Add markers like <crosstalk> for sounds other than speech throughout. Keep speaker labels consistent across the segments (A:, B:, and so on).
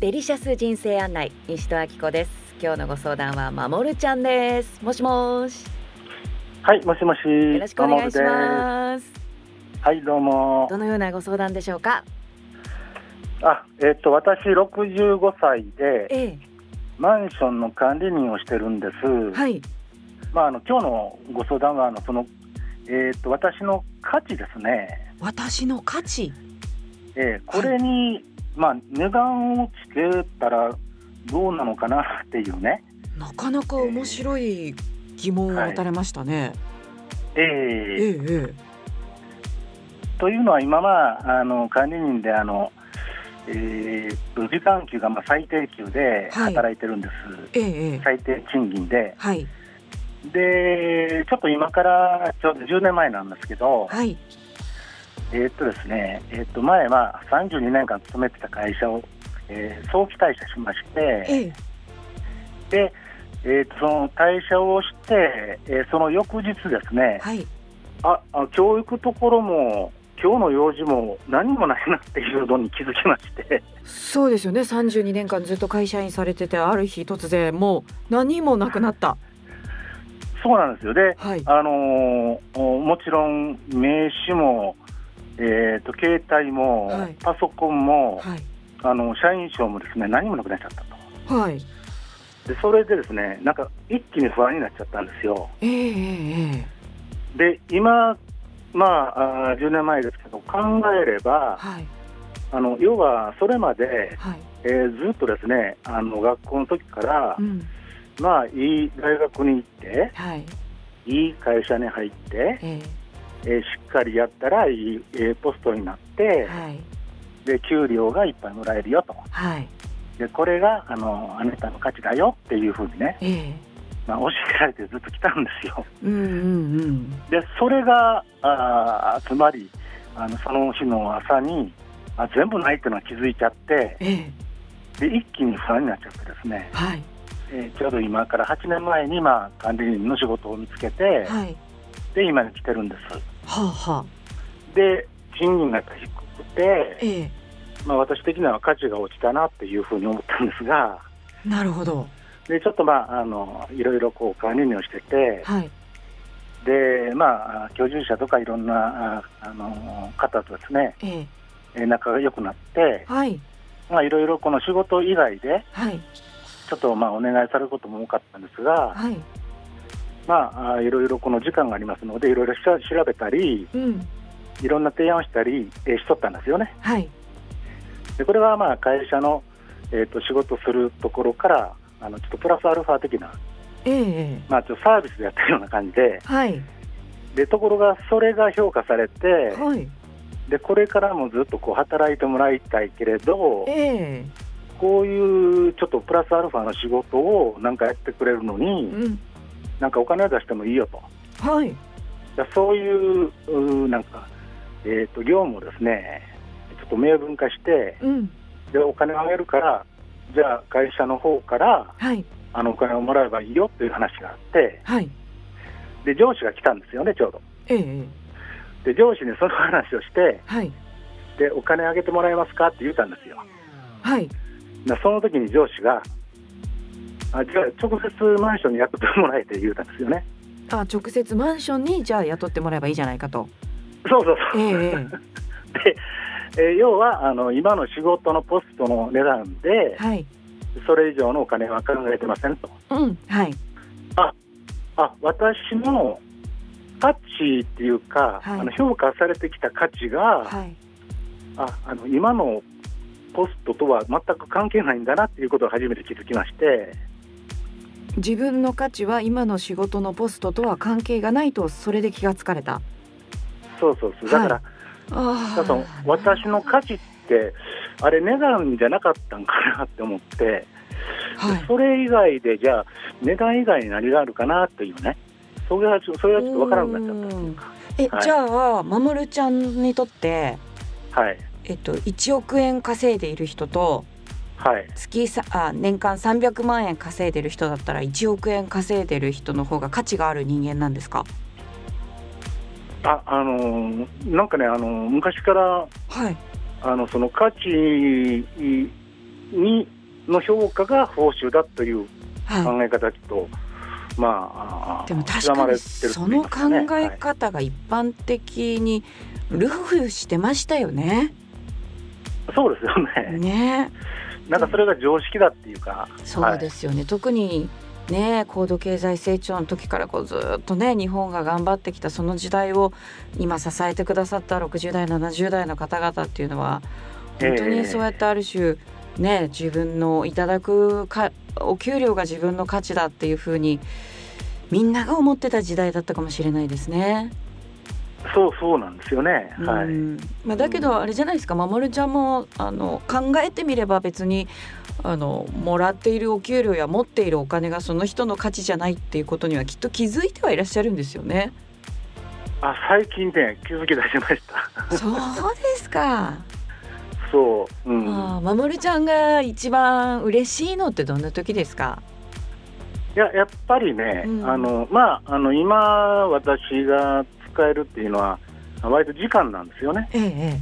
A: デリシャス人生案内西戸明子です今日のご相談はまもるちゃんですもしもし
B: はい、もしもし。
A: よろしくお願いします
B: す。はい、どうも
A: ど。のようなご相談でしょうか
B: あ、えっ、と、私65歳で、
A: ええ、
B: マンションの管理人をしてるんです。
A: はい
B: まあ、あの、今日のご相談は、あの、その、えっ、と、私の価値ですね。
A: 私の価値
B: えーこれに、まあ、値段をつけたら、どうなのかなっていうね。
C: なかなか面白い疑問を持たれましたね。
B: え
C: え
B: ー
C: ええ
B: というのは、今は、あの、管理人で、あの。えーっと時間給がまあ最低給で
C: はい
B: 働いてるんです、
C: えええ
B: 最低賃金で、
C: はい
B: でちょっと今からちょうど10年前なんですけど、
C: はい
B: えーっとですね、えーっと前は32年間勤めてた会社を、えー早期退社しまして、
C: ええ
B: で、えーっとその退社をして、えーその翌日ですね、
C: はい
B: ああ教育ところも今日の用事も何もないなっていうのに気づきまして、
C: そうですよね。32年間ずっと会社員されててある日突然もう何もなくなった。
B: そうなんですよ。で、
C: はい
B: あのーおもちろん名刺も。えーっと携帯も、
C: はい
B: パソコンも、
C: はい
B: あの社員証もですね何もなくなっちゃったと
C: はい
B: でそれでですねなんか一気に不安になっちゃったんですよ
C: ええええええ
B: で今まああー10年前ですけど考えれば
C: はい
B: あの要はそれまで、
C: はい
B: えーずっとですねあの学校の時から、
C: うん
B: まあいい大学に行って
C: はい
B: いい会社に入って、
C: え
B: えーしっかりやったらいい、えーポストになって
C: えはい
B: で給料がいっぱいもらえるよと
C: はい
B: でこれがあのあなたの価値だよっていうふうにね、
C: ええ
B: まあ、教えられてずっと来たんですよ
C: うんうんうん
B: でそれがあーつまりあのその日の朝にあ全部ないっていうのは気づいちゃって
C: ええ
B: で一気に不安になっちゃってですね、
C: はい
B: えーちょうど今から8年前に、まあ、管理人の仕事を見つけて
C: はい
B: で今に来てるんです
C: はあはあ
B: で賃金が低くて、
C: ええ
B: まあ、私的には価値が落ちたなっていうふうに思ったんですが
C: なるほど
B: でちょっとまああのいろいろこう管理人をしてて
C: はい
B: でまあ居住者とかいろんなああの方とですね
C: ええ
B: えー仲が良くなって、
C: はい
B: まあ、いろいろこの仕事以外で
C: はい
B: ちょっとまあお願いされることも多かったんですが、
C: はい
B: まあ、あーいろいろこの時間がありますのでいろいろしら調べたり
C: うん
B: いろんな提案をしたり、えーしとったんですよね。
C: はい
B: でこれはまあ会社の、えー、と仕事するところからあのちょっとプラスアルファ的な、
C: ええええ
B: まあ、ちょっとサービスでやってるような感じで
C: はい
B: でところがそれが評価されて
C: はい
B: でこれからもずっとこう働いてもらいたいけれど
C: ええ
B: こういうちょっとプラスアルファの仕事をなんかやってくれるのに。
C: うん
B: なんかお金を出してもいいよと、
C: はい
B: だからそういううーなんか、えー、と業務をですね、ちょっと明文化して、
C: うん
B: でお金をあげるから、じゃあ会社の方から
C: はい
B: あのお金をもらえばいいよという話があって、
C: はい
B: で上司が来たんですよね、ちょうど。
C: ええ
B: で上司にその話をして
C: はい
B: で、お金あげてもらえますかって言ったんですよ。
C: はい
B: でその時に上司が、あじゃあ直接マンションに雇ってもらえって言うたんですよね。
C: あ直接マンションにじゃあ雇ってもらえばいいじゃないかと
B: そうそうそう
C: えええ
B: で、えー要はあの今の仕事のポストの値段
C: え
B: で、
C: はい
B: それ以上のお金は考えてませんと、
C: うんはい
B: あ私の価値っていうか、
C: はい
B: あの評価されてきた価値が、
C: はい
B: ああの今のポストとは全く関係ないんだなっていうことを初めて気づきまして、
C: 自分の価値は今の仕事のポストとは関係がないとそれで気がつかれた
B: そうそうそう、だから、
C: はあ
B: だからその私の価値って、あれ、値段じゃなかったんかなって思って、
C: はい
B: それ以外で、じゃあ、値段以外に何があるかなというね、それはちょそれはちょっと分からなくなっちゃったっていうか、
C: え、
B: はい
C: じゃあまもるちゃんにとって
B: はい、
C: えっと1億円稼いでいる人と
B: はい、
C: 月さあ年間300万円稼いでる人だったら1億円稼いでる人の方が価値がある人間なんですか
B: ああのーなんかね、あのー昔から
C: はい
B: あのその価値にの評価が報酬だという
C: は
B: 考え方と、まああ
C: い、
B: ー
C: でも確
B: 刻ま
C: か
B: れ
C: に
B: てると
C: そ
B: 言い
C: の考
B: ますか
C: え
B: ねはい
C: 方が一般的にルフしてましたよね。
B: そうですよね、
C: ね
B: なんかそれが常識だっていうか、
C: そうですよね、特にね高度経済成長の時からこうずっとね日本が頑張ってきたその時代を今支えてくださった60代70代の方々っていうのは本当
B: ええ
C: にそうやってある種、ね自分のいただくかお給料が自分の価値だっていうふうにみんなが思ってた時代だったかもしれないですね。
B: そうそうなんですよね、は
C: う
B: い、
C: んまあ、だけどあれじゃないですか守ちゃんもあの考えてみれば別にあのもらっているお給料や持っているお金がその人の価値じゃないっていうことにはきっと気づいてはいらっしゃるんですよ <laughs> ね。
B: あ最近ね、気づき出しました、 <laughs>
C: そうですか、
B: そう、うん、
C: ああ守ちゃんが一番嬉しいのってどんな時ですか、
B: いややっぱりね、
C: うん
B: あのまあ、あの今、私が使えるっていうのは、割と時間なんですよね。
C: ええ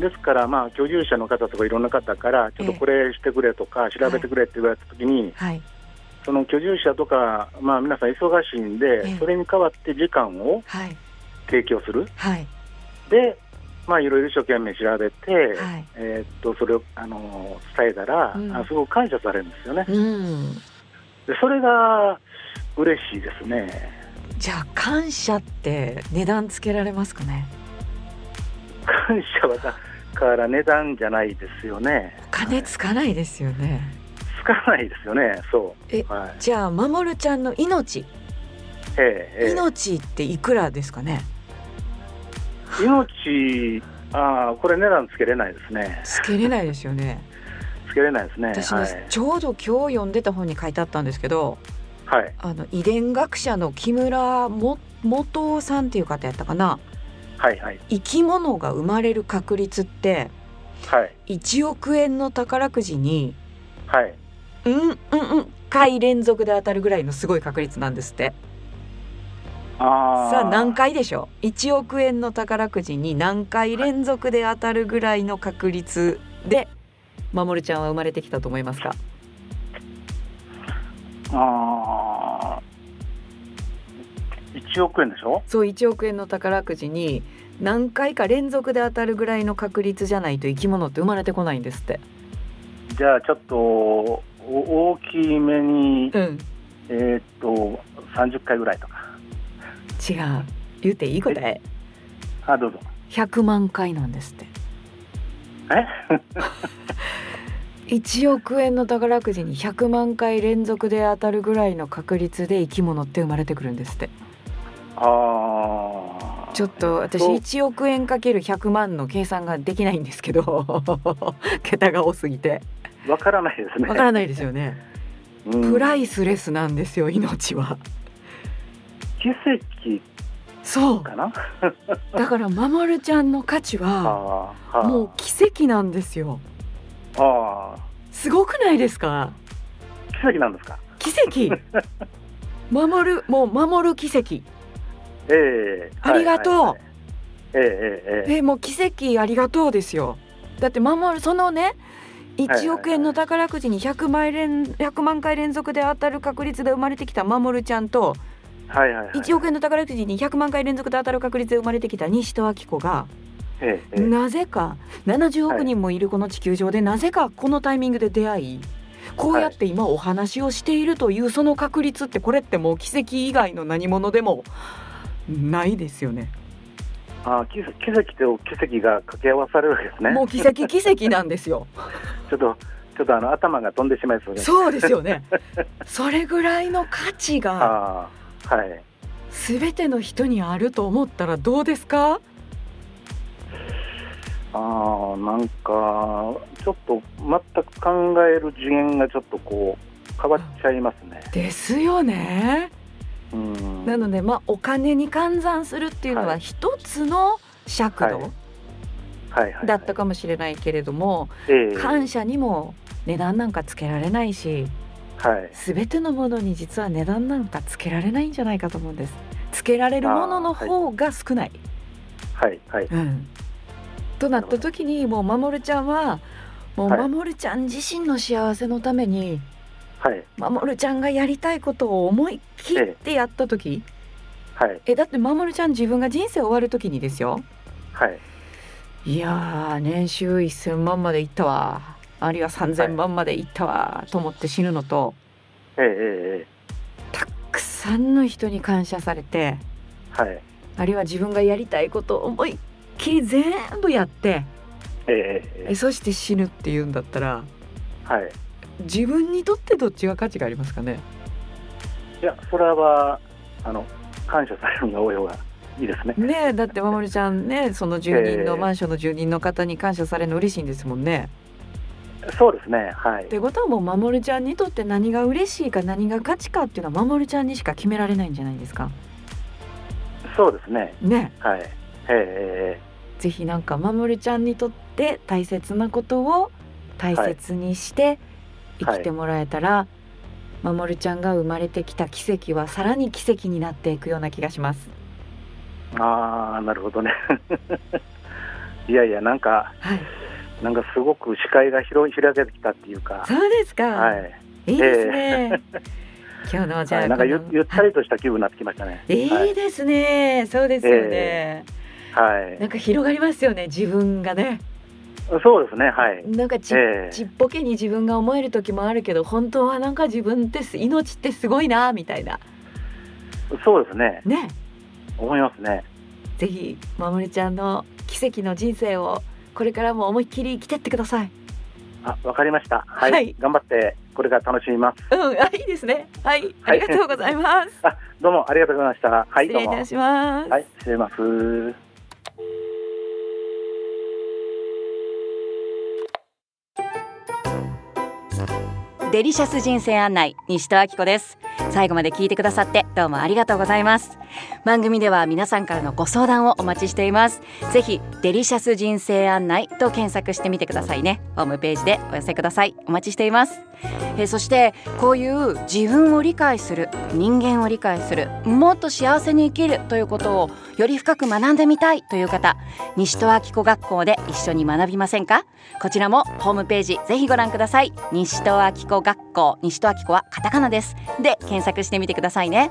B: ですから、まあ、居住者の方とかいろんな方から、ちょっとこれしてくれとか、調べてくれって言われたときに、
C: はい
B: その居住者とか、まあ、皆さん忙しいん
C: ええ
B: で、それに代わって時間を
C: はい
B: 提供する。
C: はい
B: で、まあ、いろいろ一生懸命調べて、
C: はい。
B: えーっとそれをあの伝えたら、
C: うん
B: あすごく感謝されるんですよね。
C: うん
B: でそれが嬉しいですね。
C: じゃあ感謝って値段つけられますかね
B: 感謝はだから値段じゃないですよね。
C: お金つかないですよね。
B: つかないですよね。そ
C: え
B: う。はい。
C: じゃあ守ちゃんの命
B: ええええ
C: 命っていくらですかね
B: 命ああこれ値段つけれないですね。
C: つけれないですよね
B: つけれないですね。
C: 私
B: <laughs> は
C: ね
B: い。
C: ちょうど今日読んでた本に書いてあったんですけど
B: はい
C: あの遺伝学者の木村も元さんっていう方やったかな
B: はいはい
C: 生き物が生まれる確率って
B: はい
C: 1億円の宝くじに
B: はい。
C: うんうんうん回連続で当たるぐらいのすごい確率なんですって
B: ああ。
C: さあ何回でしょう1億円の宝くじに何回連続で当たるぐらいの確率でまもるちゃんは生まれてきたと思いますか
B: ああ。一億円でしょ。
C: そう1億円の宝くじに何回か連続で当たるぐらいの確率じゃないと生き物って生まれてこないんですって。
B: じゃあちょっとお大きめに。
C: うん、
B: えーっと、30回ぐらいとか。
C: 違う言うていい答え
B: あ、どうぞ。
C: 100万回なんですって。 <laughs>
B: え
C: 1億円の宝くじに100万回連続で当たるぐらいの確率で生き物って生まれてくるんですって。
B: ああ。
C: ちょっと私
B: そう
C: 1億円かける100万の計算ができないんですけど <laughs> 桁が多すぎて
B: わからないですね。
C: わからないですよね
B: うん
C: プライスレスなんですよ命は
B: 奇跡
C: そう
B: かな。
C: だからまもるちゃんの価値
B: あ
C: は
B: あ。はあ
C: もう奇跡なんですよ
B: ああ。
C: すごくないですか
B: 奇跡なんですか。
C: 奇
B: <laughs>
C: 跡守るもう守る奇跡
B: ええ
C: ありがとう
B: はいはいはいええええええ
C: えもう奇跡ありがとうですよだって守るそのね
B: はいはい
C: 1億円の宝くじに100万連100万回連続で当たる確率で生まれてきた守ちゃんと
B: はいはいはい。
C: 1億円の宝くじに100万回連続で当たる確率で生まれてきた西戸明子が
B: ええええ
C: なぜか70億人もいるこの地球上でなぜかこのタイミングで出会いこうやって今お話をしているというその確率ってこれってもう奇跡以外の何者でもないですよね。
B: ああ、奇跡奇跡と奇跡が掛け合わされるわけですね。
C: もう奇跡奇跡なんですよ。
B: ちょっと。ちょっとあの頭が飛んで <laughs> しまいそうです。
C: そうですよ
B: <laughs>
C: ね。それぐらいの価値が
B: ああ、はい。
C: 全ての人にあると思ったらどうですか？
B: ああ、なんか、ちょっと全く考える次元がちょっとこう、変わっちゃいますね。
C: ですよね。
B: うん。
C: なのでまあお金に換算するっていうの
B: は
C: はい一つの尺
B: はい
C: 度
B: はいはいはい、
C: だったかもしれないけれども、
B: ええ
C: 感謝にも値段なんかつけられないし、
B: はい。
C: 全てのものに実は値段なんかつけられないんじゃないかと思うんです。つけられるものの方が少ない。
B: はい。はい。
C: うん、となった時にもう守ちゃんはもう
B: はい
C: 守るちゃん自身の幸せのために
B: はい
C: 守るちゃんがやりたいことを思い切ってやった時
B: はい
C: えだって守ちゃん自分が人生終わる時にですよ
B: はい
C: いやー年収1,000万までいったわあるいは3,000万までいったわと思って死ぬのと
B: ええええ
C: たくさんの人に感謝されて
B: はい
C: あるいは自分がやりたいことを思いっきり全部やって
B: えええ
C: え
B: え
C: そして死ぬっていうんだったら
B: はい
C: 自分にとってどっちが価値がありますかね
B: いやそれはあの感謝されるのが多い方がいいですね
C: ねえだってまもるちゃんねその住人の、
B: ええ
C: マンションの住人の方に感謝されるの嬉しいんですもんね。
B: そうですねはい
C: ってことはもうまもるちゃんにとって何が嬉しいか何が価値かっていうのはまもるちゃんにしか決められないんじゃないですか。
B: そうですね
C: ね
B: はいええ
C: えぜひなんかまもるちゃんにとって大切なことを大切にして生きてもらえたら、まもるちゃんが生まれてきた奇跡はさらに奇跡になっていくような気がします。
B: ええああなるほどね <laughs> いやいやなんか
C: はい、
B: なんかすごく視界が広い開けてきたっていうか
C: そうですか。
B: はい
C: いいですね。今日のじゃあ、
B: はい、なんかゆ
C: この
B: ゆったりとした気分になってきましたね。はい
C: い
B: い、
C: ですね。そうですよね。
B: は
C: なんか広がりますよね。自分がね。
B: い、そうですね、はい。
C: なんかち、
B: え
C: ちっぽけに自分が思える時もあるけど、本当はなんか自分ってす命ってすごいなみたいな。
B: えそうですね、
C: ね。
B: 思いますね。
C: ぜひまもるちゃんの奇跡の人生をこれからも思いっきり生きてってください。
B: あ、わかりました。はい、
C: はい
B: 頑張ってこれから楽しみます。
C: うん、あいいですね。はい、ありがとうございます。
B: あ、どうもありがとうございました。はい、
C: 失
B: どう
C: 礼い
B: も。
C: たします。
B: はい、失礼します。
A: デリシャス人生案内西戸明子です最後まで聞いてくださってどうもありがとうございます番組では皆さんからのご相談をお待ちしていますぜひデリシャス人生案内と検索してみてくださいねホームページでお寄せくださいお待ちしていますえーそしてこういう自分を理解する人間を理解するもっと幸せに生きるということをより深く学んでみたいという方西戸明子学校で一緒に学びませんかこちらもホームページぜひご覧ください西戸明子学校西戸明子はカタカナですで検索してみてくださいね